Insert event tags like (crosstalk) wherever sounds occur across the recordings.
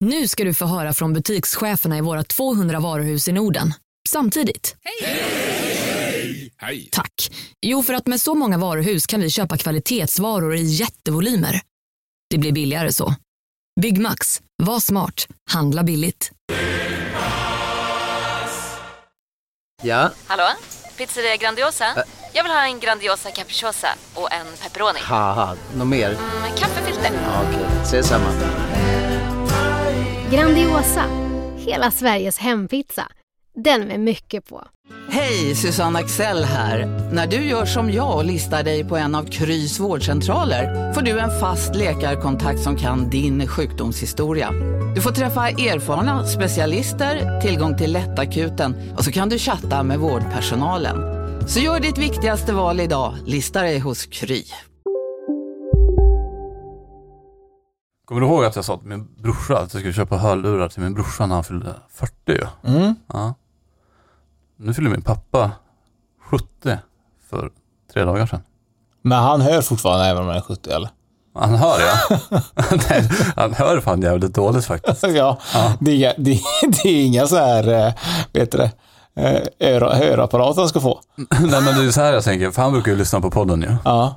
Nu ska du få höra från butikscheferna i våra 200 varuhus i Norden. Samtidigt. Hej! Tack. Jo, för att med så många varuhus kan vi köpa kvalitetsvaror i jättevolymer. Det blir billigare så. Byggmax. Var smart. Handla billigt. Ja, Hallå? Pizzeria Grandiosa? Jag vill ha en Grandiosa capriciosa och en pepperoni. haha, något mer? Med kaffefilter. Ja, Okej, ses samma. Grandiosa, hela Sveriges hempizza. Den med mycket på. Hej, Susanne Axel här. När du gör som jag och listar dig på en av Krys vårdcentraler får du en fast läkarkontakt som kan din sjukdomshistoria. Du får träffa erfarna specialister, tillgång till lättakuten och så kan du chatta med vårdpersonalen. Så gör ditt viktigaste val idag, listar dig hos Kry. Kommer du ihåg att jag sa till min brorsa att jag skulle köpa hörlurar till min brorsa när han fyllde 40? ju? Mm. Ja. Nu fyller min pappa 70 för tre dagar sedan. Men han hör fortfarande även om han är 70 eller? (laughs) Han hör (laughs) ja. Nej, han hör fan jävligt dåligt faktiskt. (laughs) ja, Det, är, inga- (laughs) det, det är inga så här, eh, vet du det, eh, öra, hörapparater han ska få. Nej men det är så här jag tänker, för han brukar ju lyssna på podden ju. Ja.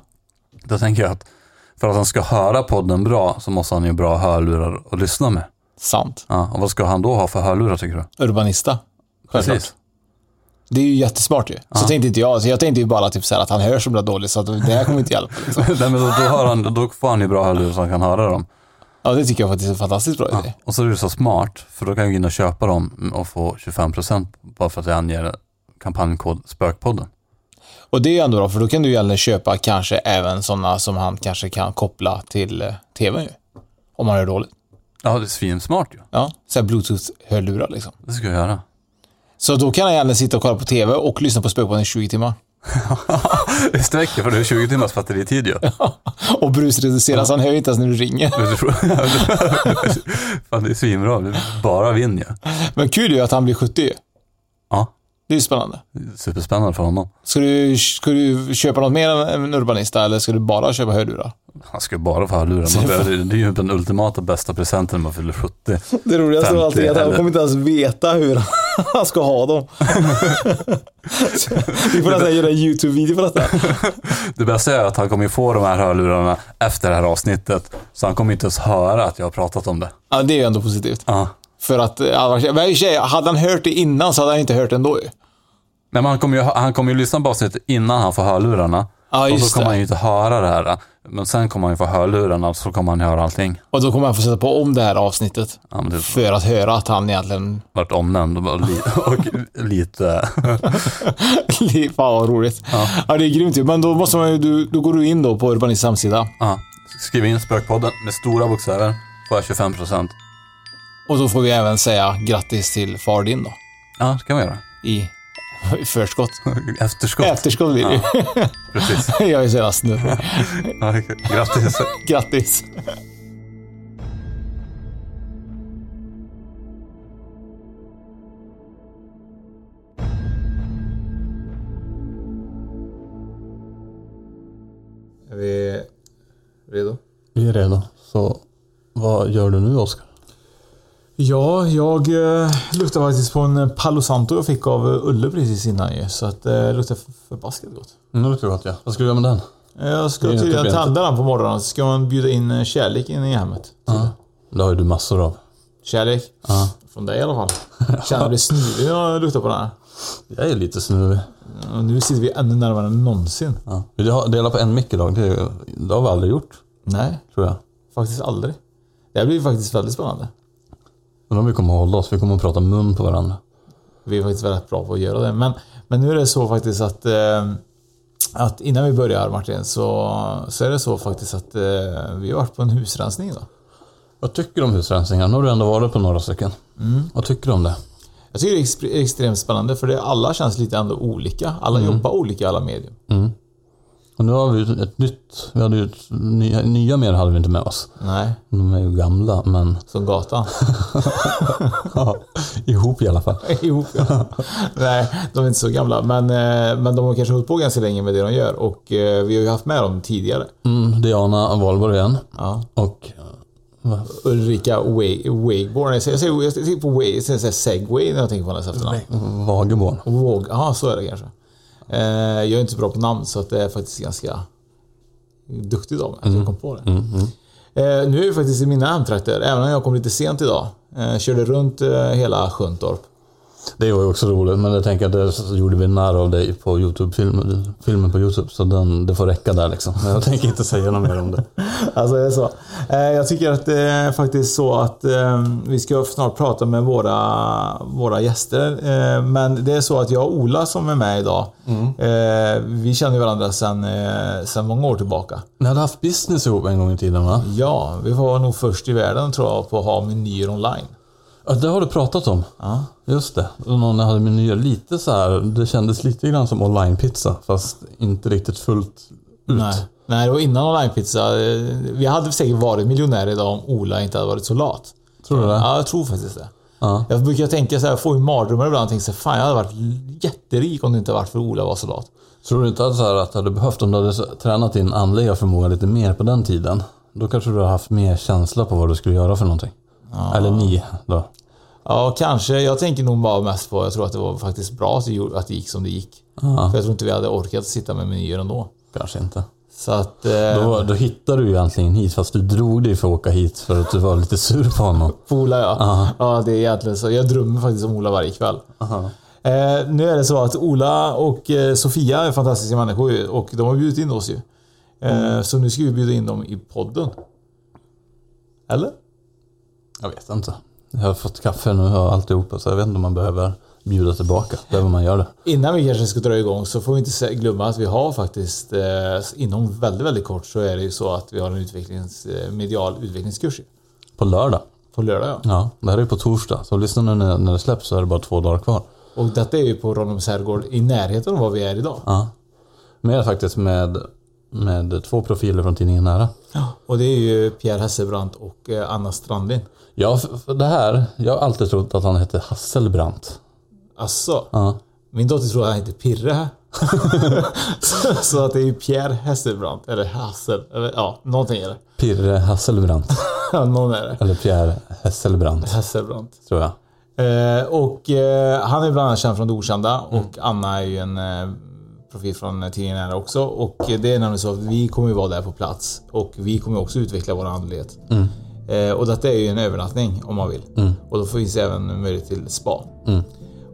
Då tänker jag att för att han ska höra podden bra så måste han ju bra hörlurar att lyssna med. Sant. Ja, och vad ska han då ha för hörlurar tycker du? Urbanista. Självklart. Det är ju jättesmart ju. Så tänkte inte jag. Så jag tänkte ju bara typ så här att han hör så bra dåligt så att det här kommer inte hjälpa. Liksom. Nej, men då, då, hör han, (laughs) då får han ju bra hörlurar så han kan höra dem. Ja, det tycker jag faktiskt är en fantastiskt bra idé. Och så är det så smart, för då kan jag gå in och köpa dem och få 25% bara för att jag anger kampanjkod Spökpodden. Och det är ju ändå bra för då kan du ju gärna köpa kanske även sådana som han kanske kan koppla till eh, tvn ju. Om han hör dåligt. Ja, det är svinsmart ju. Ja, så här bluetooth-hörlurar liksom. Det ska jag göra. Så då kan han gärna sitta och kolla på tv och lyssna på Spökpodden i 20 timmar. Det sträcker för det är 20 timmars batteritid ju. Och brusreduceras, han hör ju inte ens när du ringer. (laughs) Fan, det är svinbra. Det är bara vinn ju. Men kul är ju att han blir 70 ju. Ja, Det är ju spännande. superspännande för honom. Ska du, ska du köpa något mer än en Urbanista eller ska du bara köpa hörlurar? Han ska ju bara få hörlurar. Man behöver- Det är ju den ultimata bästa presenten när man fyller 70. Det roligaste av allt är att 50 han eller- kommer inte ens veta hur (laughs) han ska ha dem. (laughs) Så, Vi får nästan göra en YouTube-video på detta. Det bästa är att han kommer ju få de här hörlurarna efter det här avsnittet. Så han kommer inte ens höra att jag har pratat om det. Ja, det är ju ändå positivt. Ja. För att, eh, annars- men i och för sig, hade han hört det innan så hade han inte hört det ändå ju. Nej, men han kommer ju, han kommer ju lyssna på avsnittet innan han får hörlurarna. Ja, och just så kommer det. han ju inte höra det här. Men sen kommer han ju få hörlurarna och så kommer han höra allting. Och då kommer han få sätta på om det här avsnittet. Ja, men det har För att höra att han egentligen... varit omnämnd och, bara li- (laughs) och lite... (laughs) (laughs) Fan vad roligt. Ja. det är grymt ju. Men då, måste man ju, du, då går du in då på Urbanists hemsida. Ja. Skriv in Spökpodden med stora bokstäver. Får jag 25 procent. Och då får vi även säga grattis till far din då. Ja, det kan vi göra. (laughs) I, (laughs) i förskott. Efterskott. Efterskott blir det ju. Precis. (laughs) Jag är så jävla snurrig. Ja, grattis. Grattis. Är vi redo? Vi är redo. Så vad gör du nu Oskar? Ja, jag eh, luktar faktiskt på en eh, Palo Santo jag fick av eh, Ulle precis innan ju. Så att eh, det luktar f- förbaskat gott. Nu luktar det gott ja. Vad ska du göra med den? Eh, Jag ska Det är inget tydligen problem. tända den på morgonen. Så ska man bjuda in eh, kärlek in i hemmet. Det har ju du massor av. Kärlek. Från dig i alla (laughs) fall. Känner du dig snuvig när du luktar på den här? Jag är lite snuvig. Och nu sitter vi ännu närmare än någonsin. Ja. Vill du ha- dela på en mick idag? Det, det har vi aldrig gjort, Nej, tror jag. faktiskt aldrig. Det här blir faktiskt väldigt spännande. Men om vi kommer att hålla oss, vi kommer att prata mun på varandra. Vi är faktiskt väldigt bra på att göra det. Men, men nu är det så faktiskt att, eh, att innan vi börjar Martin så, så är det så faktiskt att eh, vi har varit på en husrensning idag. Vad tycker du om husrensningar? Nu har du ändå varit på några stycken. Vad tycker du om det? Jag tycker det är ex- extremt spännande för det, alla känns lite ändå olika. Alla jobbar olika alla medium. Och nu har vi ju ett nytt, vi hade ju ett, nya, nya mer hade vi inte med oss. Nej, De är ju gamla, men som gatan. (laughs) ja, (laughs) ihop i alla fall. ihop. Ja. Nej, de är inte så gamla. Men, eh, men de har kanske hållit på ganska länge med det de gör och eh, vi har ju haft med dem tidigare. Mm, Diana Wahlberg igen. Och Va? Ulrika Wa- Wakeborn. Jag säger, jag säger, jag tänker på Wake, jag säger så här segway när jag tänker på hennes efternamn. Vageborn. Våg, ja så är det kanske. Eh, jag är inte så bra på namn så att det är faktiskt ganska duktigt av mig att jag kom på det. Eh, nu är vi faktiskt i mina hemtrakter, även om jag kom lite sent idag. Eh, körde runt eh, hela Sjuntorp. Det var ju också roligt, men jag tänker att det så gjorde vi narr av dig på Youtube-filmen filmen på Youtube. Så den, det får räcka där liksom. Men Jag tänker inte säga något mer om det. (laughs) Alltså det är så. Eh, jag tycker att det är faktiskt så att eh, vi ska snart prata med våra, våra gäster. Eh, men det är så att jag och Ola som är med idag, eh, vi känner ju varandra sedan eh, sedan många år tillbaka. Ni hade haft business ihop en gång i tiden va? Ja, vi var nog först i världen tror jag på att ha menyer online. Ja, det har du pratat om. Ja. Just det. Och Någon hade menyer lite så här. Det kändes lite grann som online-pizza. Fast inte riktigt fullt ut. Nej. Nej, det var innan onlinepizza. Eh, Vi hade säkert varit miljonärer idag om Ola inte hade varit så lat. Tror du det? Ja, jag tror faktiskt det. Ja. Jag brukar tänka så här, jag får ju mardrömmar ibland och tänker så här, fan jag hade varit jätterik om det inte varit för Ola var så lat. Tror du inte alls så här att du hade behövt, om du hade s- tränat din andliga förmåga lite mer på den tiden. Då kanske du hade haft mer känsla på vad du skulle göra för någonting. Eller ni då. Ja, kanske. Jag tänker nog bara mest på, jag tror att det var faktiskt bra att det gjorde- att det gick som det gick. För jag tror inte vi hade orkat sitta med menyer ändå. Kanske inte. Så att... Eh, Då, då hittade du ju egentligen hit fast du drog dig för att åka hit för att du var lite sur på honom. På Ola ja. Ja, det är egentligen så. Jag drömmer faktiskt om Ola varje kväll. Eh, nu är det så att Ola och eh, Sofia är fantastiska människor ju, och de har bjudit in oss ju. Eh, Så nu ska vi bjuda in dem i podden. Eller? Jag vet inte. Jag har fått kaffe nu och alltihopa så jag vet inte om man behöver bjuda tillbaka. Behöver man göra det? Innan vi kanske ska dra igång så får vi inte se- glömma att vi har faktiskt eh, inom väldigt, väldigt kort så är det ju så att vi har en utvecklings, eh, medial utvecklingskurs ju. På lördag. på lördag. Ja. Ja, det här är ju på torsdag. Så lyssna nu när, när det släpps så är det bara två dagar kvar. Och detta är ju på Ronnums herrgård i närheten av var vi är idag. Mer faktiskt med, med två profiler från tidningen Nära. Och det är ju Pierre Hesselbrandt och eh, Anna Strandlin. Ja, för, för det här. Jag har alltid trott att han hette Hasselbrant. Alltså, Ja. Min dotter tror att han heter Pirre. så, så att det är ju Pierre Hesselbrandt, eller Hassel, eller ja, någonting är det. Pirre Hasselbrant. Någon är det. Eller Pierre Hasselbrant, Hesselbrandt. tror jag. Eh, och eh, han är bland annat känd från Det Okända och Anna är ju en eh, profil från eh, tidningen Nära också. Och eh, det är nämligen så att vi kommer ju vara där på plats och vi kommer också utveckla vår andlighet. Eh, och detta är ju en övernattning om man vill. Och då finns det även möjlighet till spa.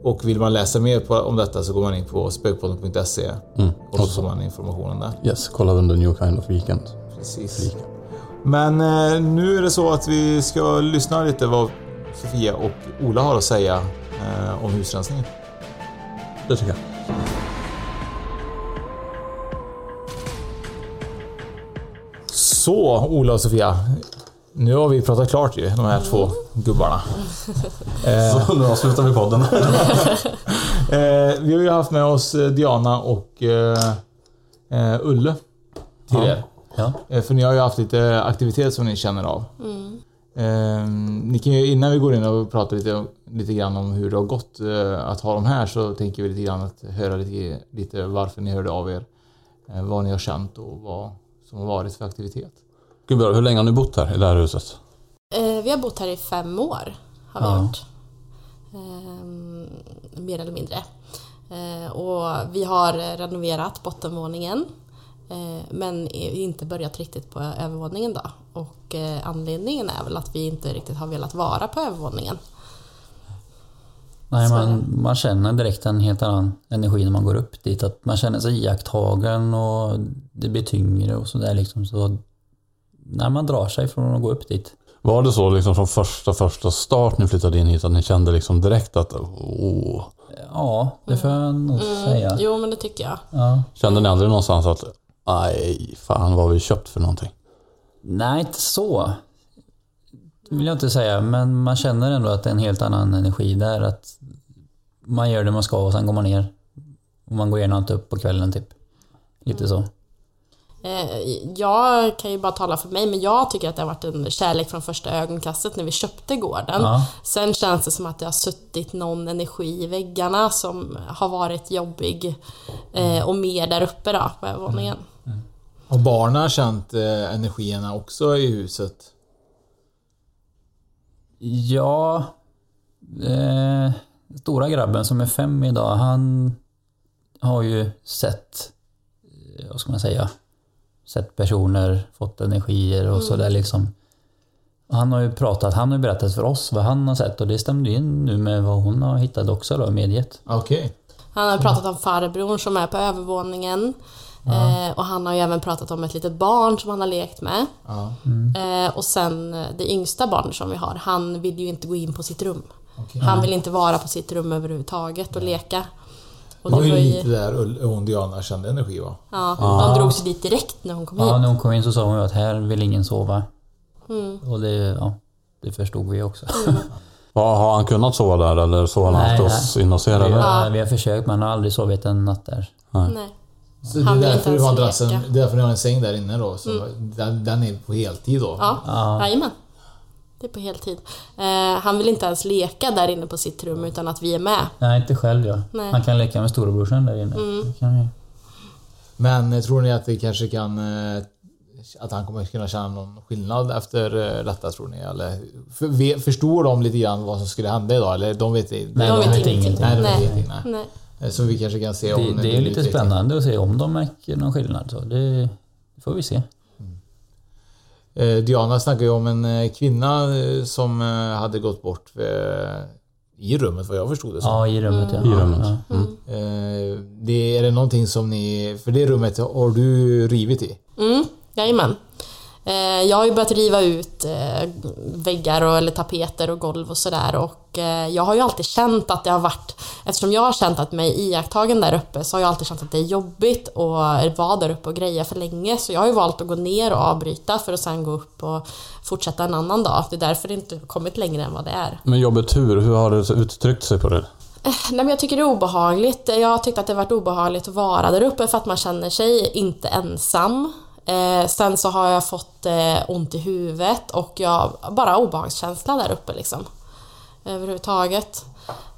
Och vill man läsa mer på, om detta så går man in på spökpodden.se och så får man informationen där. Yes, kolla under New Kind of Weekend. Precis. Men eh, nu är det så att vi ska lyssna lite vad Sofia och Ola har att säga eh, om husrensningen. Det tycker jag. Så, Ola och Sofia. Nu har vi pratat klart ju, de här två gubbarna. Så nu avslutar vi podden. Eh, vi har ju haft med oss eh, Diana och eh, eh, Ulle till er. Ja. Eh, för ni har ju haft lite aktivitet som ni känner av. Mm. Eh, ni kan ju, innan vi går in och pratar lite, lite grann om hur det har gått eh, att ha dem här så tänker vi lite grann att höra lite, lite varför ni hörde av er. Eh, vad ni har känt och vad som har varit för aktivitet. Gud bra, hur länge har ni bott här i det här huset? Eh, vi har bott här i fem år. Har vi gjort. Ehm, mer eller mindre. Eh, och vi har renoverat bottenvåningen. Eh, men i- inte börjat riktigt på övervåningen då. Och eh, anledningen är väl att vi inte riktigt har velat vara på övervåningen. Nej, man, man känner direkt en helt annan energi när man går upp dit. Att man känner sig iakttagen och det blir tyngre och sådär liksom. Så när man drar sig från att gå upp dit. Var det så liksom från första, första start ni flyttade in hit att ni kände liksom direkt att åh. Ja, det får jag nog säga. Jo men det tycker jag. Ja. Kände ni aldrig någonstans att nej, fan vad har vi köpt för någonting? Nej, inte så. vill jag inte säga, men man känner ändå att det är en helt annan energi där. Att man gör det man ska och sen går man ner. Och man går gärna inte upp på kvällen typ. Lite så. Eh, Jag kan ju bara tala för mig, men jag tycker att det har varit en kärlek från första ögonkastet när vi köpte gården. Ja. Sen känns det som att det har suttit någon energi i väggarna som har varit jobbig. Eh, och mer där uppe då, på övervåningen. Har barnen känt eh, energierna också i huset? Ja, eh, stora grabben som är fem idag, han har ju sett, eh, vad ska man säga, sett personer, fått energier och Mm. sådär liksom. Och Han har ju pratat, han har ju berättat för oss vad han har sett och det stämde ju in nu med vad hon har hittat också då, medgett. Ah, Okej. Han har pratat om farbrorn som är på övervåningen. Ja. Eh, och han har ju även pratat om ett litet barn som han har lekt med. Ja. Eh, och sen eh, det yngsta barnet som vi har, han vill ju inte gå in på sitt rum. Okej. Han Nej. vill inte vara på sitt rum överhuvudtaget och leka. Det Och var ju lite där Ull- hon Diana kände energi va? Ja, Ja. de drog sig dit direkt när hon kom Ja, hit. när hon kom in så sa hon ju att här vill ingen sova. Mm. Och det, ja, det förstod vi också. (laughs) Ja, har han kunnat sova där eller sov han alltid hos- inne hos er? Vi, eller? har- vi har försökt men han har aldrig sovit en natt där. Nej. Så det är Han vill därför inte du ens har drassen, leka. Mm. därför ni har en säng där inne då. Så den, den är på heltid då? Ja, jajamän. Det är på heltid. Eh, han vill inte ens leka där inne på sitt rum utan att vi är med. Nej, inte själv ja. Nej. Han kan leka med storebrorsan där inne. Mm. Det kan ju- Men eh, tror ni att det kanske kan... eh, Att han kommer kunna känna någon skillnad efter eh, detta tror ni? Eller för, ve- förstår de lite grann vad som skulle hända idag? Eller de vet, nej, de vet ingenting. Nej, de vet Nej. ingenting. Nej. Nej. Eh, Så vi kanske kan se om... Det, det är blir lite utveckling. spännande att se om de märker någon skillnad. Så det får vi se. Eh, Diana snackade ju om en eh, kvinna eh, som eh, hade gått bort eh, i rummet vad jag förstod det som. Ja, i rummet, ja. Mm. I rummet. Ja. Eh, Det, är det någonting som ni... För det rummet har du rivit i? Mm, jajamän. Eh, jag har ju börjat riva ut eh, väggar och, eller tapeter och golv och sådär och eh, jag har ju alltid känt att det har varit, eftersom jag har känt att mig iakttagen där uppe så har jag alltid känt att det är jobbigt att vara där uppe och greja för länge så jag har ju valt att gå ner och avbryta för att sen gå upp och fortsätta en annan dag. Det är därför det inte kommit längre än vad det är. Men jobbet hur? Hur har det uttryckt sig på det? Eh, Nej, men jag tycker det är obehagligt. Jag tyckte att det varit obehagligt att vara där uppe för att man känner sig inte ensam. Eh, sen så har jag fått eh, ont i huvudet och jag bara obehagskänsla där uppe liksom. Överhuvudtaget.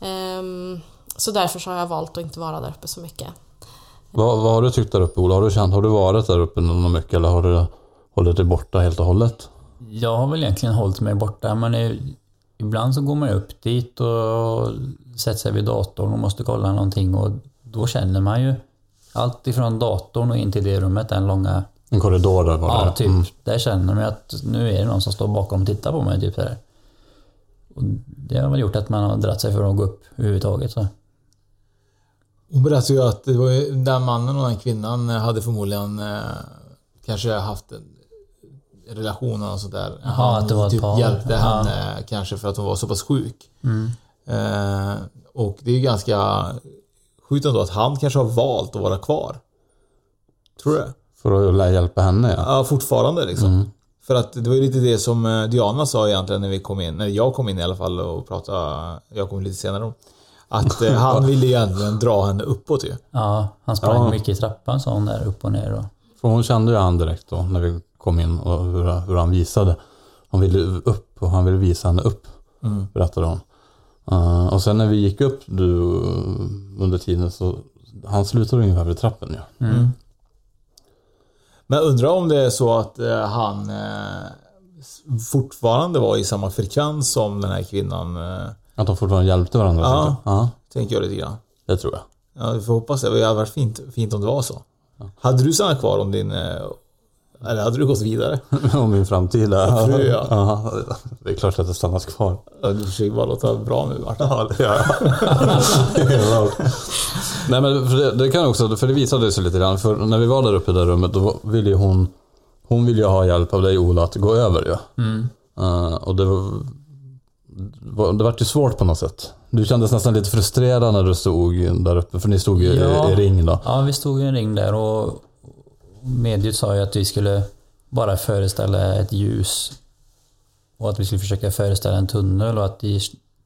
Ehm, så därför så har jag valt att inte vara där uppe så mycket. Vad, vad har du tyckt där uppe Ola? Har du, känt, har du varit där uppe någon mycket eller har du hållit dig borta helt och hållet? Jag har väl egentligen hållit mig borta men eh, ibland så går man upp dit och sätter sig vid datorn och måste kolla någonting och då känner man ju allt ifrån datorn och in till det rummet, den långa... En korridor där var Ja, det. typ. Mm. Där känner man ju att nu är det någon som står bakom och tittar på mig. Typ där. Och det har väl gjort att man har dratt sig för att gå upp överhuvudtaget. Så. Hon berättade ju att det var ju, den mannen och den kvinnan hade förmodligen eh, kanske haft en relation och sånt där. Jaha, att det var ett typ par. hjälpte Ja. henne eh, kanske för att hon var så pass sjuk. Mm. Eh, och det är ju ganska sjukt ändå att han kanske har valt att vara kvar. Tror du det? För att lära hjälpa henne ja. Ja, fortfarande liksom. Mm. För att det var ju lite det som eh, Diana sa egentligen när vi kom in, när jag kom in i alla fall och pratade, eh, jag kom lite senare om. Att (laughs) eh, han ville ju egentligen dra henne uppåt ju. Ja, han sprang Ja. mycket i trappan sa hon där, upp och ner. Och, För hon kände ju han direkt då när vi kom in och hur, hur han visade. Han ville upp och han ville visa henne upp. Mm. Berättade hon. Eh, och sen när vi gick upp du, under tiden så han slutade ungefär vid trappen ju. Ja. Mm. Men undrar om det är så att eh, han eh, s- fortfarande var i samma frekvens som den här kvinnan. Eh, Att de fortfarande hjälpte varandra. Ja. så- ja. tänker jag lite grann. Det tror jag. (laughs) Ja, vi får hoppas det. Det hade varit fint, fint om det var så. Hade du stannat kvar om din... eh, Eller hade du gått vidare? Om min framtida... Fru, ja. Det är klart att det stannas kvar. (laughs) Ja, Du försöker bara låta bra nu Martin. Ja, det gör jag. Nej men för det, det kan jag också, för det visade sig lite grann. För när vi var där uppe i det rummet då var- ville ju hon, hon ville ju ha hjälp av dig Ola att gå över ju. Mm. Eh, och det var, var- det vart ju svårt på något sätt. Du kändes nästan lite frustrerad när du stod där uppe, för ni stod ju Ja. i, i ring då. Ja, vi stod i en ring där och mediet sa ju att vi skulle bara föreställa ett ljus. Och att vi skulle försöka föreställa en tunnel och att i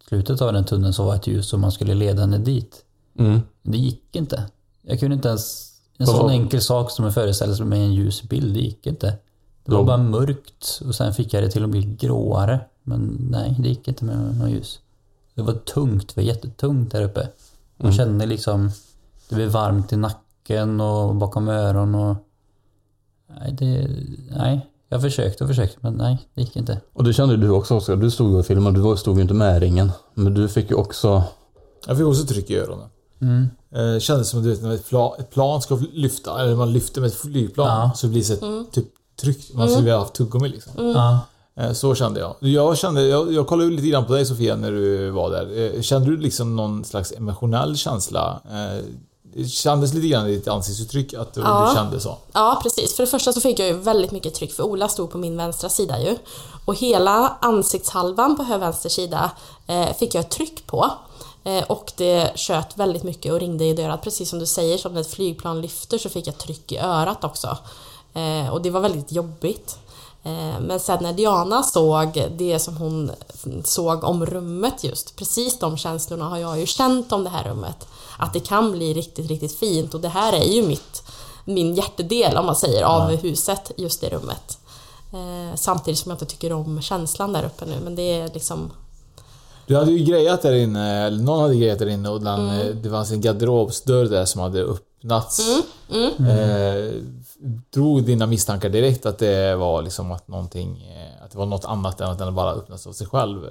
slutet av den tunneln så var ett ljus och man skulle leda henne dit. Mm. Det gick inte. Jag kunde inte ens... En Vad sån var- enkel sak som en föreställelse med en ljus bild, det gick inte. Det var Då- bara mörkt och sen fick jag det till att bli gråare. Men nej, det gick inte med något ljus. Det var tungt, det var jättetungt där uppe. Man Mm. kände liksom... Det blev varmt i nacken och bakom öronen och... Nej, det... Nej. Jag försökte och försökte men nej, det gick inte. Och det kände ju du också Oskar. Du stod ju och filmade. Du var- stod ju inte med i ringen. Men du fick ju också... Jag fick också tryck i öronen. Mm. Eh, kändes som du vet, när ett plan, ett plan ska lyfta, eller man lyfter med ett flygplan, Ja. så blir det så ett, Mm. typ tryck. Man skulle Mm. vilja ha haft tuggummi liksom. Mm. Ja. Eh, Så kände jag. Jag, kände, jag. jag kollade ju lite grann på dig Sofia när du var där. Eh, Kände du liksom någon slags emotionell känsla? Eh, Det kändes lite grann i ditt ansiktsuttryck att du, Ja. du kände så. Ja, precis. För det första så fick jag ju väldigt mycket tryck för Ola stod på min vänstra sida ju. Och hela ansiktshalvan på höger vänster sida eh, fick jag ett tryck på. Eh, och det tjöt väldigt mycket och ringde i örat. Precis som du säger, som när ett flygplan lyfter så fick jag tryck i örat också. Eh, och det var väldigt jobbigt. Eh, Men sen när Diana såg det som hon såg om rummet just, precis de känslorna har jag ju känt om det här rummet. Att det kan bli riktigt, riktigt fint och det här är ju mitt, min hjärtedel om man säger av huset, just det rummet. Eh, Samtidigt som jag inte tycker om känslan där uppe nu men det är liksom Du hade ju grejat där inne, eller någon hade grejat där inne och den, eh, det fanns en garderobsdörr där som hade öppnats. Eh, drog dina misstankar direkt att det var liksom att någonting, eh, att det var något annat än att den bara öppnats av sig själv?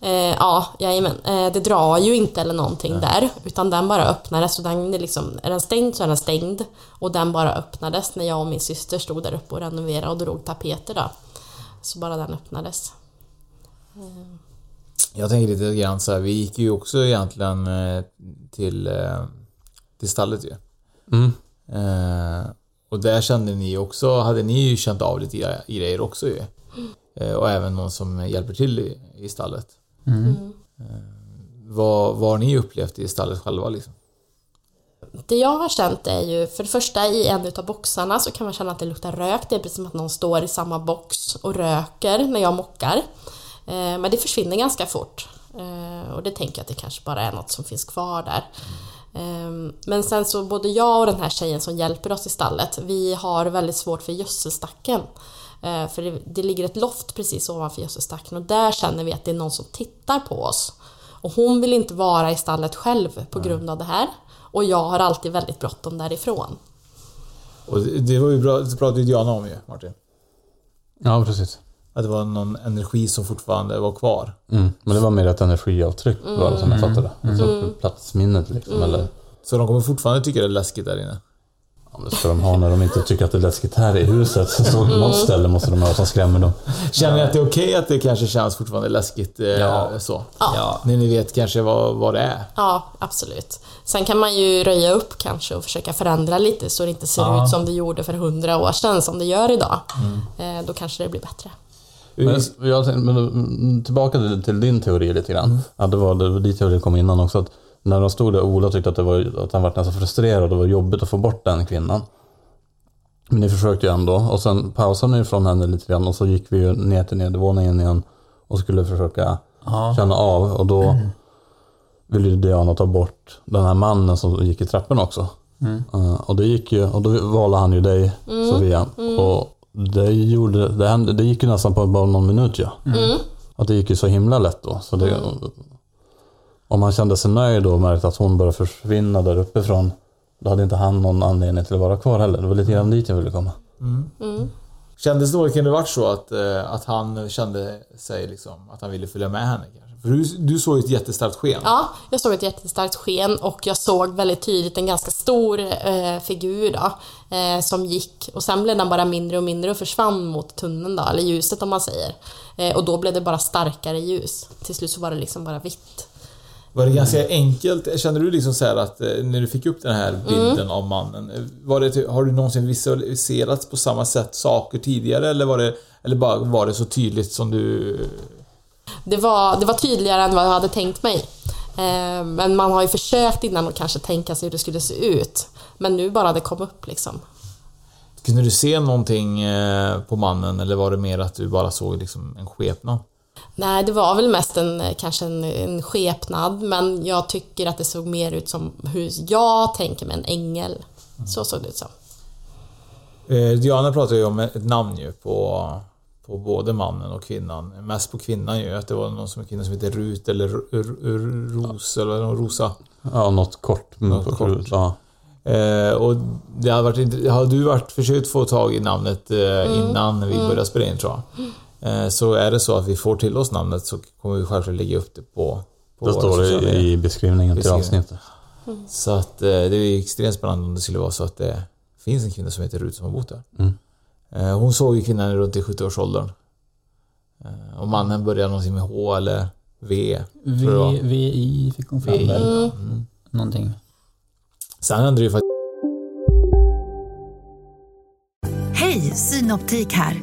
Eh, ja, jajamän. Eh, det drar ju inte eller någonting där, utan den bara öppnades och den är, liksom, är den stängd så är den stängd. Och den bara öppnades när jag och min syster stod där uppe och renoverade och drog tapeter då. Så bara den öppnades. Jag tänker lite grann så här, vi gick ju också egentligen eh, till, eh, till stallet ju. Mm. Eh, och där kände ni också, hade ni ju känt av lite gre- grejer också ju. Eh, och även någon som hjälper till i, i stallet. Eh, Mm. Vad, vad har ni upplevt i stallet själva liksom? Det jag har känt är ju, för det första i en utav boxarna så kan man känna att det luktar rök. Det är precis som att någon står i samma box och röker när jag mockar. Eh, Men det försvinner ganska fort. Eh, Och det tänker jag att det kanske bara är något som finns kvar där. Eh, Men sen så både jag och den här tjejen som hjälper oss i stallet, vi har väldigt svårt för gödselstacken. Eh, För det, det ligger ett loft precis ovanför gödselstacken och där känner vi att det är någon som tittar på oss. Och hon vill inte vara i stallet själv på grund av det här. Och jag har alltid väldigt bråttom därifrån. Och det, det var ju bra, det pratade ju Diana om ju, Martin. Ja, precis. Att det var någon energi som fortfarande var kvar. Mm. Men det var mer ett energiavtryck var det som jag Mm. fattade. Alltså Mm. platsminnet liksom. Eller Så de kommer fortfarande tycka det är läskigt där inne. ja, men det ska de ha när de inte tycker att det är läskigt här i huset. Så så något ställe måste de ha som skrämmer dem. Känner ni att det är okej att det kanske känns fortfarande läskigt? Eh, Ja. Så. Ja. När ni vet kanske vad, vad det är. Ja, absolut. Sen kan man ju röja upp kanske och försöka förändra lite så det inte ser Ja. ut som det gjorde för hundra år sedan som det gör idag. Eh, Då kanske det blir bättre. Men, jag tänkte, men, mm, tillbaka till, till din teori lite grann. Att det var, det var dit teorin kom innan också. Att när de stod där och Ola tyckte att, det var, att han var nästan frustrerad och det var jobbigt att få bort den kvinnan. Men ni försökte ju ändå och sen pausade ni från henne lite grann och så gick vi ju ner till nedervåningen igen och skulle försöka Ja. känna av och då ville ju Diana ta bort den här mannen som gick i trappan också. Eh, och det gick ju, och då valde han ju dig Sofia. Och det, gjorde, det, hände, det gick ju nästan på bara någon minut ja. Att det gick ju så himla lätt då. Så det, Om han kände sig nöjd då och märkte att hon började försvinna där uppifrån. Då hade inte han någon anledning till att vara kvar heller. Det var lite grann dit jag ville komma. Kändes det, kan det varit så att, eh, att han kände sig liksom, att han ville följa med henne? Kanske? För du, du såg ju ett jättestarkt sken. Ja, jag såg ett jättestarkt sken och jag såg väldigt tydligt en ganska stor eh, figur då, eh, som gick och sen blev den bara mindre och mindre och försvann mot tunneln då, eller ljuset om man säger. Eh, och då blev det bara starkare ljus. Till slut så var det liksom bara vitt. Var det ganska enkelt? Kände du liksom så här att eh, när du fick upp den här bilden av mannen, eh, var det, ty- har du någonsin visualiserat på samma sätt saker tidigare eller var det, eller bara var det så tydligt som du... Det var, det var tydligare än vad jag hade tänkt mig. Eh, men man har ju försökt innan att kanske tänka sig hur det skulle se ut. Men nu bara det kom upp liksom. Kunde du se någonting eh, på mannen eller var det mer att du bara såg liksom en skepnad? Nej, det var väl mest en, eh, kanske en, en skepnad, men jag tycker att det såg mer ut som hur jag tänker mig en ängel. Så såg det ut som. Eh, Diana pratar ju om ett namn ju på, på både mannen och kvinnan. Mest på kvinnan ju, att det var någon som kvinna som heter Rut eller R- R- R- Ros eller någon Rosa. Ja, något kort. Något kort. Ja. Eh, och det hade, varit, int- hade du varit försökt få tag i namnet eh, Mm. innan vi Mm. började spela in tror jag. Eh, så är det så att vi får till oss namnet så kommer vi självklart lägga upp det på, på Det våra står det sociala medier. i beskrivningen till Beskrivning. avsnittet. Så att eh, det är extremt spännande om det skulle vara så att det finns en kvinna som heter Rut som har bott där. Mm. Eh, Hon såg ju kvinnan runt i 70-årsåldern. Eh, Och mannen började någonting med H eller V. tror jag. V, VI fick hon fram VI, där. Mm. Mm. Någonting. Sen hände det ju faktiskt Hej, Synoptik här.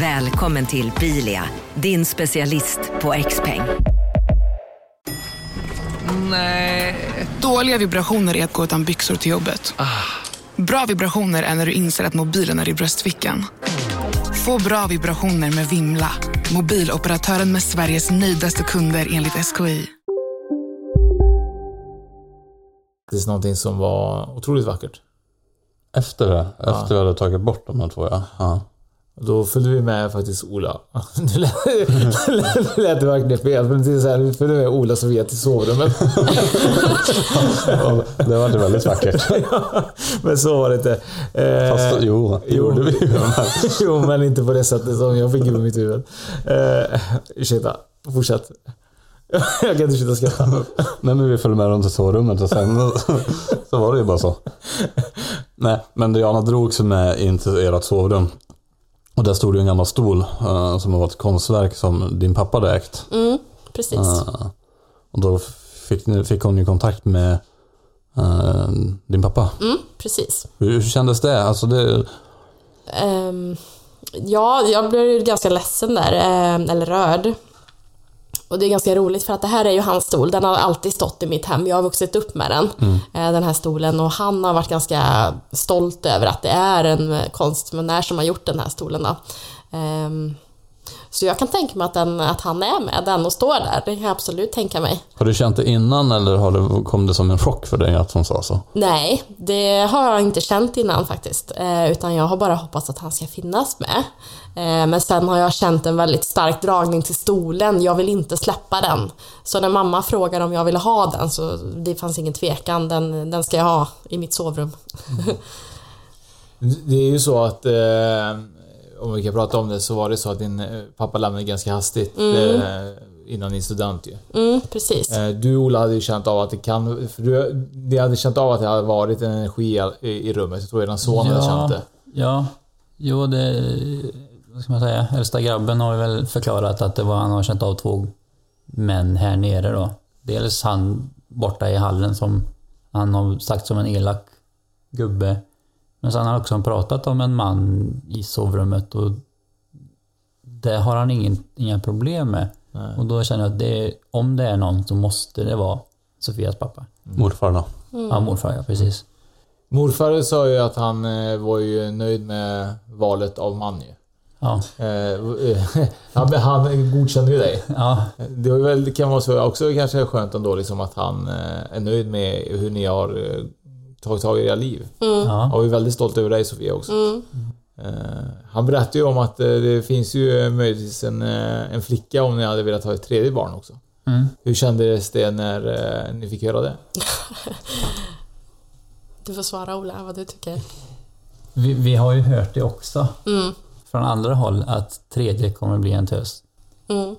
Välkommen till Bilia, din specialist på XPeng. Nej. Dåliga vibrationer är att gå utan byxor till jobbet. Bra vibrationer är när du inser att mobilen är i bröstfickan. Få bra vibrationer med Vimla. Mobiloperatören med Sveriges nöjdaste kunder enligt SKI. någonting som var otroligt vackert. Efter det? Efter Ja. vi hade tagit bort de här två ja. ja. Då följde vi med faktiskt Ola. (laughs) Nu lät- nu lät det verkligen fel, men det är så här, vi följde med Ola som via till sovrummet. (laughs) (laughs) Det var väldigt vackert. Men så var det inte. Eh, Fast jo, det jo. (laughs) gjorde vi ju. jo, men inte på det sättet som jag fick i mitt huvud. Eh, ursäkta, fortsätt. (laughs) jag kan inte sluta skratta. Nej men vi följde med dem till sovrummet och sen så var det ju bara så. Nej, men Diana drog sig med in till ert sovrum. Och där stod det ju en gammal stol eh, som var ett konstverk som din pappa hade ägt. Mm, precis. Eh, och då fick, ni, fick hon ju kontakt med eh, din pappa. Mm, precis. Hur, hur kändes det? Alltså det Ehm, ja, jag blev ju ganska ledsen där, ehm, eller rörd. Och det är ganska roligt för att det här är ju hans stol, den har alltid stått i mitt hem, jag har vuxit upp med den, Mm. eh, den här stolen och han har varit ganska stolt över att det är en eh, konstnär som har gjort den här stolen. Då. Ehm, så jag kan tänka mig att, den, att han är med den och står där, det kan jag absolut tänka mig. Har du känt det innan eller har det, kom det som en chock för dig att hon sa så? Nej, det har jag inte känt innan faktiskt. Eh, utan jag har bara hoppats att han ska finnas med. Eh, men sen har jag känt en väldigt stark dragning till stolen. Jag vill inte släppa den. Så när mamma frågar om jag vill ha den så det fanns ingen tvekan. Den, den ska jag ha i mitt sovrum. Det är ju så att, eh, om vi kan prata om det, så var det så att din eh, pappa lämnade ganska hastigt Mm. eh, innan din student ju. Mm, precis. Eh, Du Ola hade ju känt av att det kan, för du, det hade känt av att det hade varit en energi i, i rummet. Jag tror redan son hade känt det. Ja. Jo, det... Vad ska man säga? Äldsta grabben har väl förklarat att det var, han har känt av två män här nere då. Dels han borta i hallen som han har sagt som en elak gubbe. Men sen har han också pratat om en man i sovrummet och det har han ingen, inga problem med. Och då känner jag att det, om det är någon så måste det vara Sofias pappa. Morfar då? Mm. Ja, morfar ja, precis. Morfar sa ju att han eh, var ju nöjd med valet av man ju. Ja. Eh, (laughs) han, han godkände ju dig. Ja. Det var väl, det kan vara så också kanske skönt ändå liksom att han eh, är nöjd med hur ni har eh, tagit tag i era liv. Mm. Ja. Han var ju väldigt stolt över dig Sofia också. Mm. Eh, han berättade ju om att eh, det finns ju möjligtvis en, eh, en flicka om ni hade velat ha ett tredje barn också. Mm. Hur kändes det när eh, ni fick höra det? Du får svara Ola vad du tycker. Vi, vi har ju hört det också Mm. från andra håll att tredje kommer bli en tös. Mm.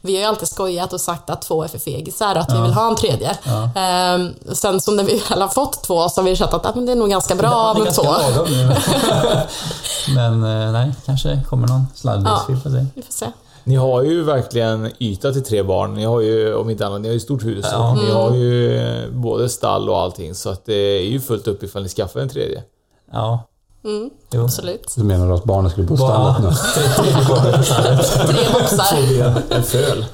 Vi har ju alltid skojat och sagt att två är för fegisar och att Ja. vi vill ha en tredje. Ja. Ehm, sen så när vi väl har fått två så har vi känt att ah, men det är nog ganska bra Det är med ganska två. (laughs) lagom nu. Men eh, nej, kanske kommer någon sladdis. Ja. Vi får se. Vi får se. Ni har ju verkligen yta till tre barn. Ni har ju, om inte annat, ni har ju ett stort hus. Ja. Och ni Mm. har ju eh, både stall och allting. Så att det är ju fullt upp ifall ni skaffar en tredje. Ja. Mm, Jo. absolut. Du menar att barnen skulle bo i stallet nu? (laughs) Tre boxar. En föl.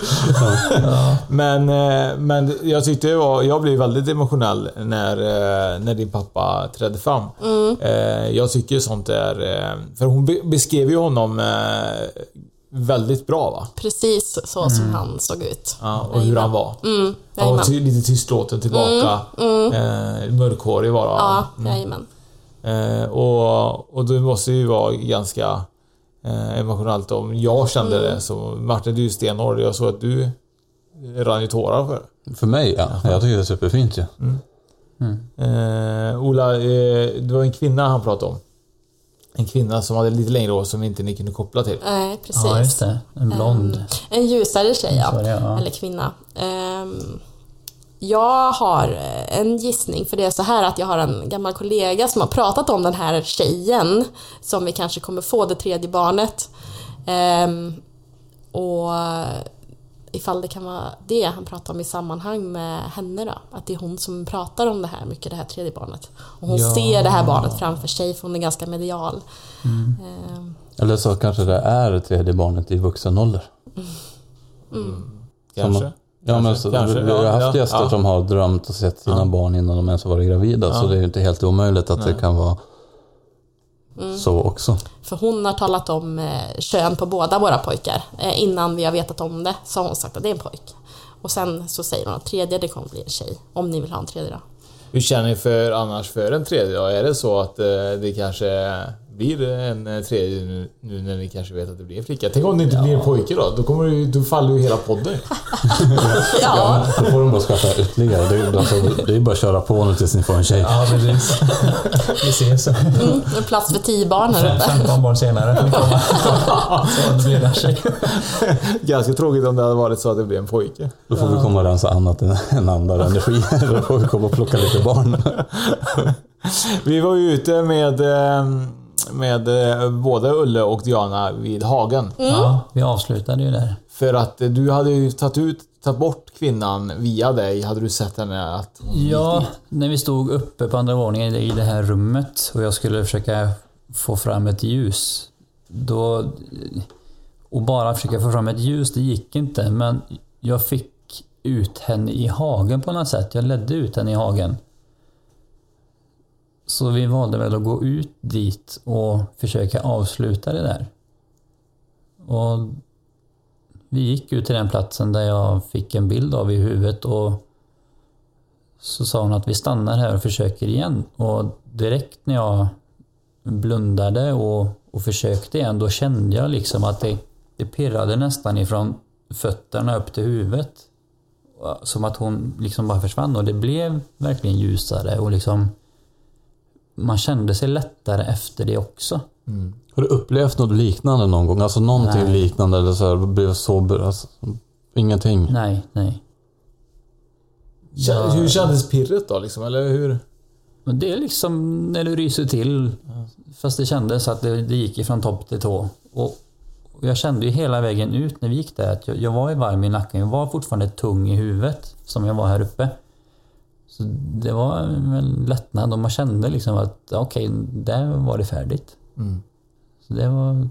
Men, eh, men jag tyckte det var, jag blev väldigt emotionell när, eh, när din pappa trädde fram. Mm. Eh, Jag tycker sånt är... eh, För hon be- beskrev ju honom eh, väldigt bra va? Precis så som Mm. han såg ut. Ja, typ. och hur han var. Mm, han var jajamän. ty- lite tystlåten tillbaka. Mm, Eh, mörkhårig var han. Mm. Ja, jajamän. Eh, och, och det måste ju vara ganska eh, emotionellt om jag kände det. Så Martin, du är ju stenhård. Jag såg att du rann ju tårar för det. För mig ja. Jag tycker det är superfint ju. Eh, Ola, eh, det var en kvinna han pratade om. En kvinna som hade lite längre hår som inte ni kunde koppla till. Nej, Eh, precis. Mm. Ja, just det. En blond. En ljusare tjej, ja. Ljusare, ja. Eller kvinna. Ehm, jag har eh, en gissning, för det är så här att jag har en gammal kollega som har pratat om den här tjejen som vi kanske kommer få, det tredje barnet. Ehm, och eh, ifall det kan vara det han pratar om i sammanhang med henne då. Att det är hon som pratar om det här mycket, det här tredje barnet. Och hon Ja. ser det här barnet framför sig för hon är ganska medial. Ehm, Eller så kanske det är det tredje barnet i vuxen ålder. Kanske. Som, ja, men Kanske, så, kanske, vi har ja, haft ja, gäster ja. som har drömt och sett sina Ja. barn innan de ens har varit gravida. Så Ja. det är ju inte helt omöjligt att Nej. det kan vara mm. så också. För hon har talat om eh, kön på båda våra pojkar. Eh, innan vi har vetat om det så har hon sagt att det är en pojk. Och sen så säger hon att tredje det kommer bli en tjej. Om ni vill ha en tredje då. Hur känner ni för annars för en tredje dag? Är det så att eh, det kanske blir en eh, tredje nu, nu när ni kanske vet att det blir en flicka? Tänk om det inte blir en pojke då? Då, kommer du, då faller ju hela podden. Ja. (laughs) Då får de bara skaffa ytterligare. Det är, alltså, det är bara att köra på nu tills ni får en tjej. Ja, (laughs) precis. Vi ses sen. Mm, det är plats för tio barn här Fem- uppe. 15 barn senare får ni komma. (laughs) (laughs) Så det blir en tjej. (laughs) Ganska tråkigt om det hade varit så att det blev en pojke. Då får vi komma och rensa annat än, än andra (laughs) energier. Då får vi komma och plocka lite barn. Vi var ju ute med, eh, med eh, både Ulle och Diana vid hagen. Mm. Ja, vi avslutade ju där. För att eh, du hade ju tagit ut tagit bort kvinnan via dig. Hade du sett henne att hon gick Ja, dit? när vi stod uppe på andra våningen i det här rummet och jag skulle försöka få fram ett ljus. Då, och bara försöka få fram ett ljus, det gick inte. Men jag fick ut henne i hagen på något sätt. Jag ledde ut henne i hagen. Så vi valde väl att gå ut dit och försöka avsluta det där. Och vi gick ut till den platsen där jag fick en bild av i huvudet och så sa hon att vi stannar här och försöker igen. Och direkt när jag blundade och, och försökte igen, då kände jag liksom att det, det pirrade nästan ifrån fötterna upp till huvudet. Som att hon liksom bara försvann och det blev verkligen ljusare och liksom man kände sig lättare efter det också. Har du upplevt något liknande någon gång? Alltså någonting Nej. liknande eller så här, blev så... ber- Alltså, ingenting? Nej, nej. Kä- Ja. Hur kändes pirret då liksom? Eller hur? Men det är liksom när du ryser till. Fast det kändes att det, det gick ifrån topp till tå. Och, och jag kände ju hela vägen ut när vi gick där att jag, jag var ju varm i nacken. Jag var fortfarande tung i huvudet som jag var här uppe. Så det var en lättnad och man kände liksom att ja, okej, där var det färdigt. Mm. Så det var...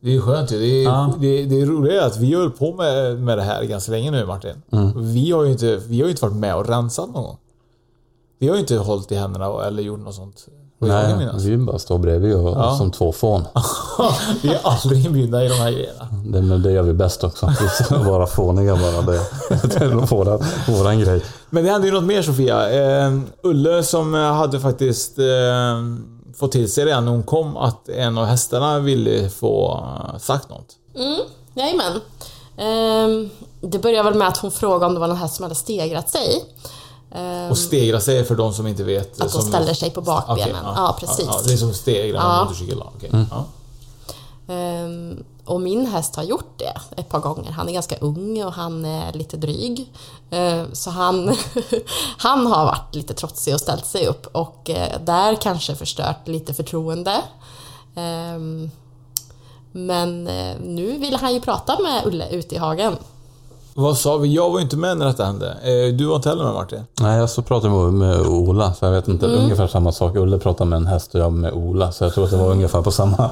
Det är ju skönt ju. Det, är, Ja. det, det roliga är att vi har hållit på med, med det här ganska länge nu Martin. Mm. Och Vi har ju inte, vi har ju inte varit med och rensat någon gång. Vi har ju inte hållit i händerna eller gjort något sånt. Vad jag kan Nej, minnas. vi bara står bredvid och Ja. som två fån. (laughs) Vi är aldrig inbjudna i de här grejerna. Det, men det gör vi bäst (laughs) också. Vi är bara fåniga bara. Det, det är nog våran, våran grej. Men det hände ju något mer Sofia. Eh, Ulle som eh, hade faktiskt eh, fått till sig redan när hon kom att en av hästarna ville få eh, sagt något. Mm, jajamän. Ehm, det börjar väl med att hon frågade om det var någon häst som hade stegrat sig. Ehm, Och stegra sig för de som inte vet. Att de som- ställer sig på bakbenen. Okej, Ja, precis. Ja, det är som stegra Ja. ja. motorcykel. ja, Okej. Mm. Ja. Ehm, och min häst har gjort det ett par gånger. Han är ganska ung och han är lite dryg. Ehm, så han, (laughs) han har varit lite trotsig och ställt sig upp och eh, där kanske förstört lite förtroende. Ehm, men eh, nu vill han ju prata med Ulle ute i hagen. Vad sa vi? Jag var ju inte med när detta hände. Eh, Du var inte heller med Martin. Nej, jag så pratade med, med Ola, så jag vet inte. Mm. Ungefär samma sak. Olle pratade med en häst och jag med Ola, så jag tror att det var ungefär på samma.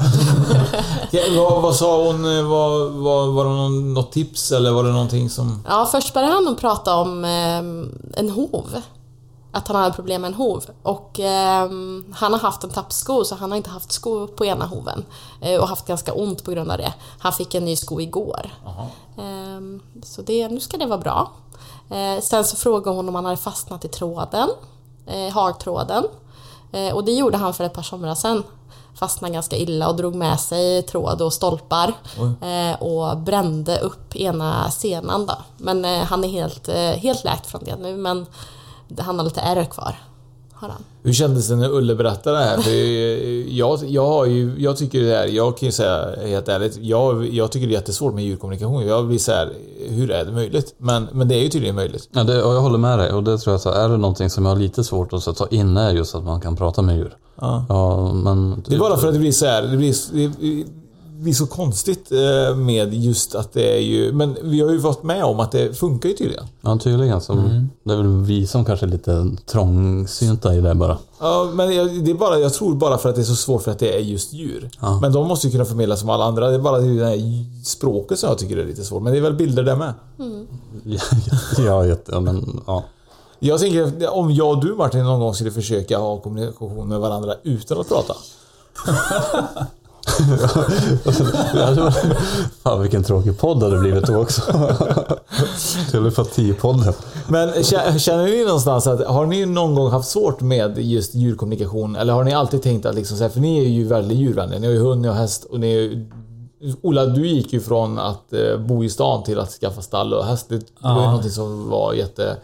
Ja, vad, vad sa hon? eh, Vad, vad, var det någon, något tips eller var det någonting som... Ja, först började han att prata om ehm, en hov. Att han hade problem med en hov. Och ehm, han har haft en tappsko så han har inte haft sko på ena hoven. Eh, och haft ganska ont på grund av det. Han fick en ny sko igår. Ehm, så det, nu ska det vara bra. Eh, sen så frågade hon om han hade fastnat i tråden. Eh, hartråden. Eh, och det gjorde han för ett par somrar sedan. Fastnade ganska illa och drog med sig tråd och stolpar. Oj. Eh, och brände upp ena senan då. Men eh, han är helt, eh, helt läkt från det nu men han har lite ärr kvar. Har han. Hur kändes det när Ulle berättade det här? För eh, jag, jag, har ju, jag tycker det här, jag kan ju säga helt ärligt, jag, jag tycker det är jättesvårt med djurkommunikation. Jag blir så här, hur är det möjligt? Men, men det är ju tydligen möjligt. Ja, det, och jag håller med dig. Och det tror jag så här, är det någonting som jag har lite svårt att så, ta in är just att man kan prata med djur. Ja. men... Det är bara för att det blir så här, det blir, det blir så konstigt eh, med just att det är ju, men vi har ju varit med om att det funkar ju tydligen. Ja, tydligen. Som, Mm. Det är väl vi som kanske är lite trångsynta i det bara. (laughs) Ja, men jag, det är bara, jag tror bara för att det är så svårt för att det är just djur. Men de måste ju kunna förmedlas som alla andra. Det är bara det här språket som jag tycker är lite svårt. Men det är väl bilder där med. Ja, ja, jätte- ja, men, ja. Jag tänker om jag och du Martin någon gång skulle försöka ha kommunikation med varandra utan att prata. (laughs) Det hade varit- Fan vilken tråkig podd det hade blivit då också. Telepatipodden. Men kä- känner ni någonstans att, har ni någon gång haft svårt med just djurkommunikation? Eller har ni alltid tänkt att liksom så här, för ni är ju väldigt djurvänliga. Ni har ju hund, ni har häst och ni är ju... Ola, du gick ju från att eh, bo i stan till att skaffa stall och häst. Det var ju Ja. någonting som var jätte...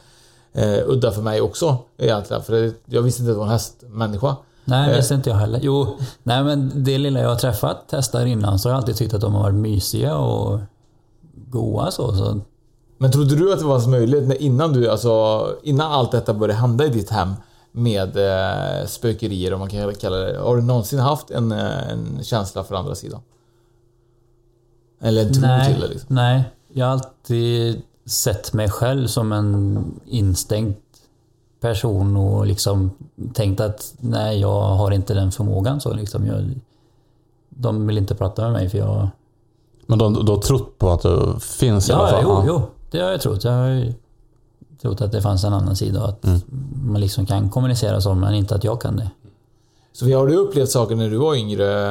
Eh, udda för mig också egentligen. För det, jag visste inte att det var en hästmänniska. Nej, det Eh, visste inte jag heller. Jo, nej men det lilla jag har träffat hästar innan så har jag alltid tyckt att de har varit mysiga och goa så. så. Men trodde du att det var möjligt när, innan du, alltså innan allt detta började hända i ditt hem med eh, spökerier om man kan kalla det. Har du någonsin haft en, eh, en känsla för andra sidan? Eller en tro nej, till det liksom? nej, jag har alltid sett mig själv som en instängd person och liksom tänkt att nej, jag har inte den förmågan så liksom. Jag, de vill inte prata med mig för jag... Men de, de har trott på att det finns i alla Ja, fall? jo, jo, det har jag trott. Jag har ju trott att det fanns en annan sida och att Mm. man liksom kan kommunicera så men inte att jag kan det. Så vi har du upplevt saker när du var yngre,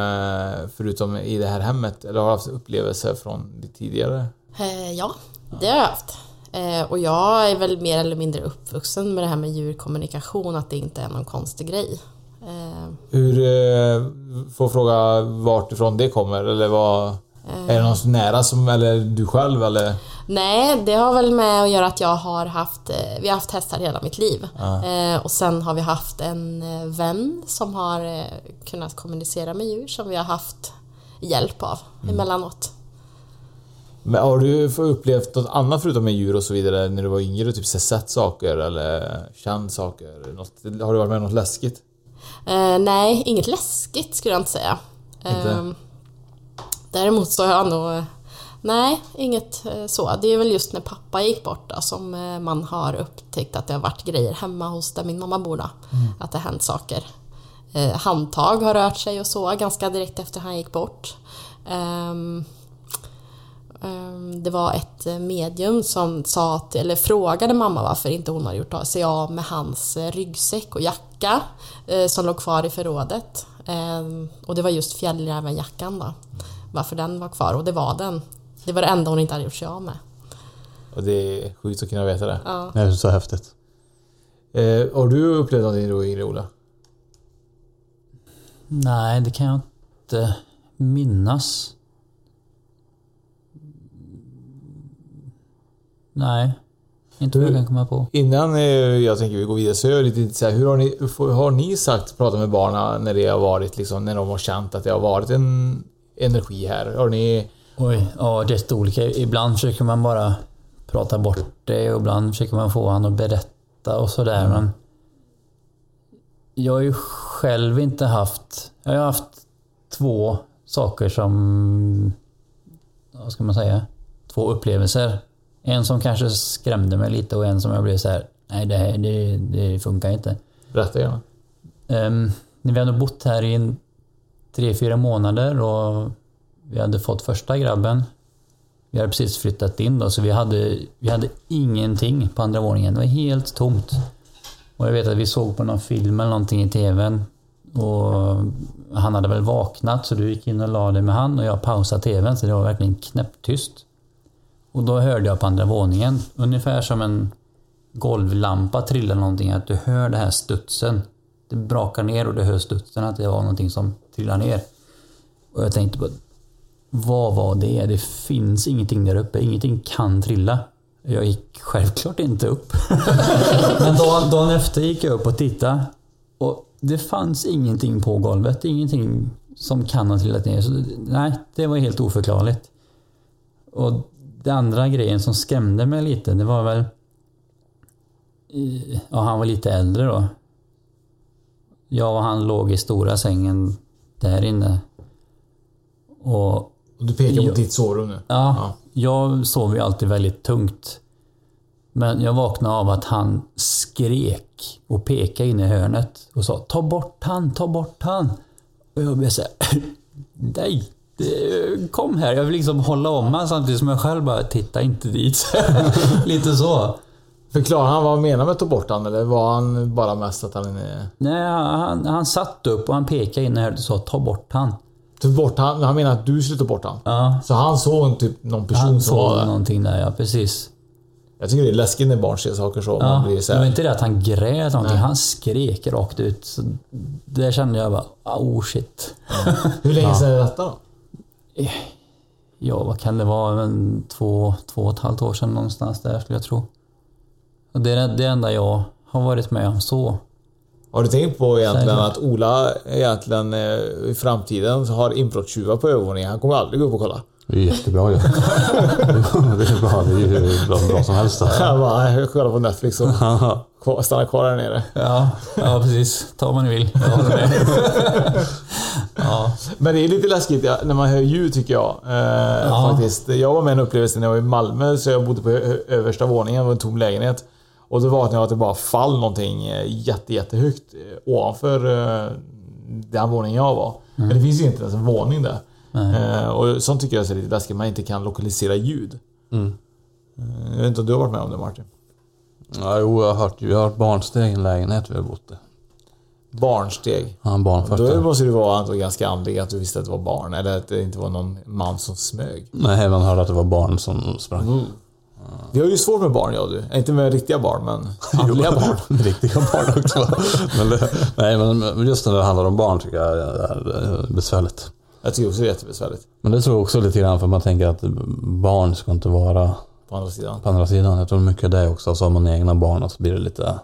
eh, förutom i det här hemmet? Eller har du haft upplevelser från ditt tidigare? Eh, ja, det har jag haft. Eh, och jag är väl mer eller mindre uppvuxen med det här med djurkommunikation, att det inte är någon konstig grej. Eh, Hur, eh, får fråga vart ifrån det kommer? Eller vad... Är det någon så nära som, eller du själv eller? Nej, det har väl med att göra att jag har haft, eh, vi har haft hästar hela mitt liv. Ah. Eh, och sen har vi haft en eh, vän som har eh, kunnat kommunicera med djur som vi har haft hjälp av Mm. emellanåt. Men har du f- upplevt något annat förutom med djur och så vidare när du var yngre? Typ så här sett saker eller känt saker? Något, har du varit med om något läskigt? Eh, nej, inget läskigt skulle jag inte säga. Inte? Ehm, däremot så har jag nog... Nej, inget eh, så. Det är väl just när pappa gick bort då, som eh, man har upptäckt att det har varit grejer hemma hos där min mamma bor. Då, Mm. Att det har hänt saker. Eh, handtag har rört sig och så ganska direkt efter han gick bort. Ehm, ehm, det var ett eh, medium som sa att, eller frågade mamma varför inte hon har gjort av sig av med hans eh, ryggsäck och jacka eh, som låg kvar i förrådet. Ehm, Och det var just fjällrävenjackan då. Varför den var kvar och det var den. Det var det enda hon inte hade gjort sig av med. Och det är sjukt att kunna veta det. Ja. Det är så häftigt. Eh, har du upplevt någonting när du var yngre Ola? Nej, det kan jag inte minnas. Nej, inte vad jag kan komma på. Innan eh, jag tänker vi går vidare så är jag lite intresserad. Hur har ni, hur har ni sagt, pratat med barnen när det har varit liksom, när de har känt att det har varit en energi här? Har ni... Oj, ja det är lite olika. Ibland försöker man bara prata bort det och ibland försöker man få han att berätta och sådär. Men jag har ju själv inte haft... Jag har haft två saker som... Vad ska man säga? Två upplevelser En som kanske skrämde mig lite och en som jag blev så här, nej det här det, det funkar inte. Berätta gärna. Um, vi hade bott här i en, tre, fyra månader och vi hade fått första grabben. Vi hade precis flyttat in då, så vi hade, vi hade ingenting på andra våningen. Det var helt tomt. Och jag vet att vi såg på någon film eller någonting i TVn. Och han hade väl vaknat så du gick in och la dig med han och jag pausade TVn så det var verkligen knäpptyst. Och då hörde jag på andra våningen, ungefär som en golvlampa trillar någonting, att du hör det här studsen. Det brakar ner och du hör studsen, att det var någonting som trillar ner. Och jag tänkte bara, vad var det? Det finns ingenting där uppe, ingenting kan trilla. Jag gick självklart inte upp. (laughs) Men dagen, dagen efter gick jag upp och tittade. Och det fanns ingenting på golvet, ingenting som kan ha trillat ner. Så, nej, det var helt oförklarligt. Och den andra grejen som skrämde mig lite, det var väl... Ja, han var lite äldre då. Jag och han låg i stora sängen där inne. Och... Du pekar mot ditt sovrum nu? Ja, jag sov ju alltid väldigt tungt. Men jag vaknade av att han skrek och pekade in i hörnet och sa Ta bort han, ta bort han. Och jag blev såhär, (laughs) nej, det- kom här. Jag vill liksom hålla om honom samtidigt som jag själv bara, titta inte dit. (laughs) Lite så. Förklarar han vad han menar med att ta bort han eller var han bara mest att han... eh, Nej, han, han satt upp och han pekade in i hörnet och sa ta bort han. Ta bort han? Han menar att du skulle ta bort han? Ja. Så han såg en typ någon person som Han såg var där? någonting där, ja precis. Jag tycker det är läskigt när barn ser saker så. Ja, man blir så det var här, inte det att han grät någonting, Nej. han skrek rakt ut. Så där kände jag bara, oh shit. Hur länge sedan är detta då? Ja, vad kan det vara? En, två, två och ett halvt år sedan någonstans där skulle jag tro. Och det är det enda jag har varit med om så. Har du tänkt på egentligen Säkert. att Ola egentligen eh, i framtiden har inbrottstjuvar på övervåningen? Han kommer aldrig gå upp och kolla. Det är jättebra ju. det är bra, det är ju hur bra, bra som helst. Han bara, (laughs) jag kollar på Netflix och kvar- stannar kvar där nere. Ja, ja precis. Ta vad ni vill. Jag håller med. ja. Men det är lite läskigt ja, när man hör ljud tycker jag. Eh, faktiskt. Jag var med i en upplevelse när jag var i Malmö, så jag bodde på ö- ö- översta våningen, det var en tom lägenhet. Och då vaknade jag att det bara fall någonting eh, jätte, jättehögt eh, ovanför eh, den våningen jag var. Men det finns ju inte ens en våning där. Eh, och sånt tycker jag är lite läskigt, man inte kan lokalisera ljud. Mm. Eh, Jag vet inte om du har varit med om det Martin? Ja, jo, jag har hört, jag har hört barnsteg i en lägenhet vi har bott i. Barnsteg. Ja, en barnförsta. Då måste det vara antagligen ganska andlig att du visste att det var barn eller att det inte var någon man som smög. Nej, man hörde att det var barn som sprang. Mm. Vi har ju svårt med barn jag och du. Inte med riktiga barn (laughs) men andliga barn. Riktiga barn också. men det, nej, men men just när det handlar om barn tycker jag det är besvärligt. Jag tycker också det är jättebesvärligt. Men det tror jag också lite grann för man tänker att barn ska inte vara På andra sidan. på andra sidan. Jag tror mycket av det också. Så har man egna barn och så blir det lite,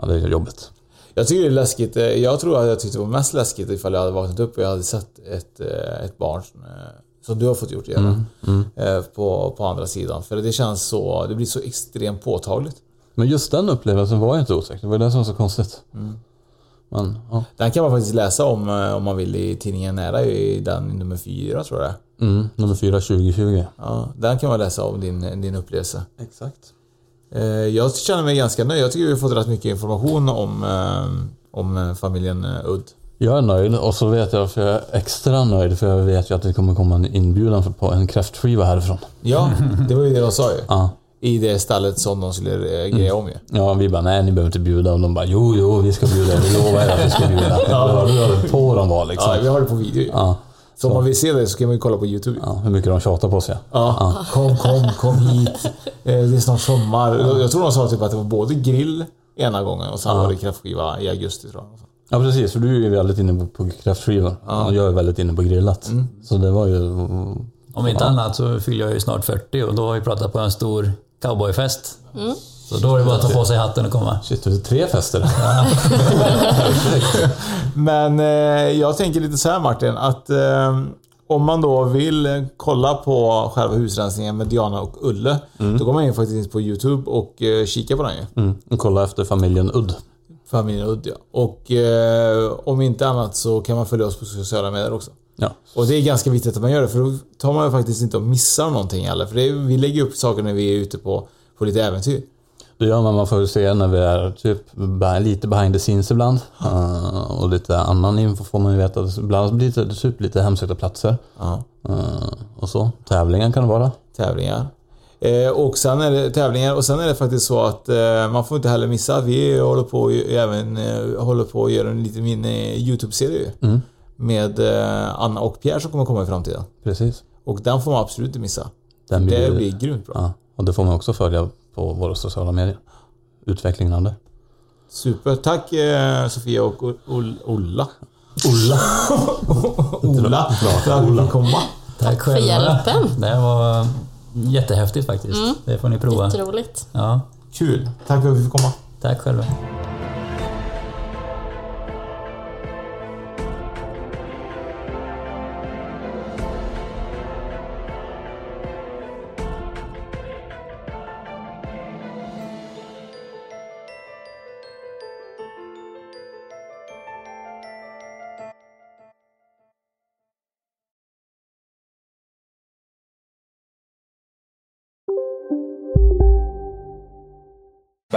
ja det är jobbigt. Jag tycker det är läskigt. eh, Jag tror att jag tyckte det var mest läskigt ifall jag hade vaknat upp och jag hade sett ett, eh, ett barn som, eh, som du har fått gjort igen. Mm. eh, På, på andra sidan. För det känns så, det blir så extremt påtagligt. Men just den upplevelsen var ju inte osäker. Det var ju det som var så konstigt. Mm. Men, ja. Den kan man faktiskt läsa om eh, om man vill i tidningen Nära, i den nummer fyra tror jag det är. Mm, nummer fyra 2020. Ja, den kan man läsa om din, din upplevelse. Exakt. Eh, Jag känner mig ganska nöjd. Jag tycker vi har fått rätt mycket information om, eh, om eh, familjen eh, Udd. Jag är nöjd och så vet jag, för jag är extra nöjd, för jag vet ju att det kommer komma en inbjudan för- på en kräftskiva härifrån. (laughs) Ja, det var ju det de sa ju. Ja. Mm. I det stället som de skulle eh, greja om ju. Ja, vi bara nej, ni behöver inte bjuda. Och de bara jo, jo, vi ska bjuda. er. Vi lovar er att vi ska (laughs) bjuda. Ja. Det var det var på de var liksom. Ja, vi har det på video ju. Ja. Så om man vill se det så kan man ju kolla på YouTube. Ja, hur mycket de tjatar på oss ja. Ja, kom, kom, kom hit. Eh, Det är snart sommar. Jag tror de sa typ att det var både grill ena gången och sen Ja. var det kräftskiva i augusti tror jag. Ja precis, för du är ju väldigt inne på- på kräftskivor. Ja. Mm. Och jag är väldigt inne på grillat. Så det var ju... Om inte Ja. annat så fyller jag ju snart 40 och då har vi pratat på en stor cowboyfest. Mm. Så då är det bara att ta på sig hatten och komma. Shit, det är tre fester. Men eh, jag tänker lite så här Martin, att eh, om man då vill eh, kolla på själva husrensningen med Diana och Ulle, då går man in faktiskt på YouTube och eh, kikar på den ju. Mm. och Kolla efter familjen Udd. Familjen Udd ja. Och eh, om inte annat så kan man följa oss på sociala medier också. Ja. Och det är ganska viktigt att man gör det för då tar man ju faktiskt inte och missar någonting heller. För det är, vi lägger upp saker när vi är ute på, på lite äventyr. Det gör man, man får ju se när vi är typ be- lite behind the scenes ibland. Eh, och lite annan info får man ju veta. Ibland blir det typ lite hemsökta platser. Eh, och så. Tävlingar kan det vara. Tävlingar. Eh, och sen är det tävlingar och sen är det faktiskt så att eh, man får inte heller missa att vi håller på och ju- även eh, håller på och gör en liten mini YouTube-serie ju. Mm. Med eh, Anna och Pierre som kommer komma i framtiden. Precis. Och den får man absolut inte missa. Den det blir grymt bra. Ja, och det får man också följa på våra sociala medier. Utvecklingen av det. Super. Tack eh, Sofia och O- Ol- Olla. Olla. (laughs) Ola. För att vi komma. Tack för hjälpen. Det var jättehäftigt faktiskt. Mm. Det får ni prova. Jätteroligt. Ja. Kul. Tack för att vi fick komma. Tack själva.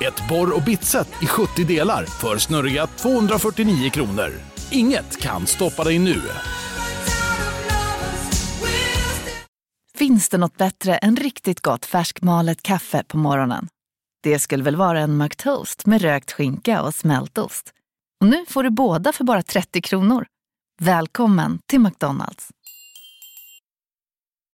Ett borr och bitset i 70 delar för snurriga 249 kronor. Inget kan stoppa dig nu. Finns det något bättre än riktigt gott färskmalet kaffe på morgonen? Det skulle väl vara en McToast med rökt skinka och smältost? Och nu får du båda för bara 30 kronor. Välkommen till McDonalds!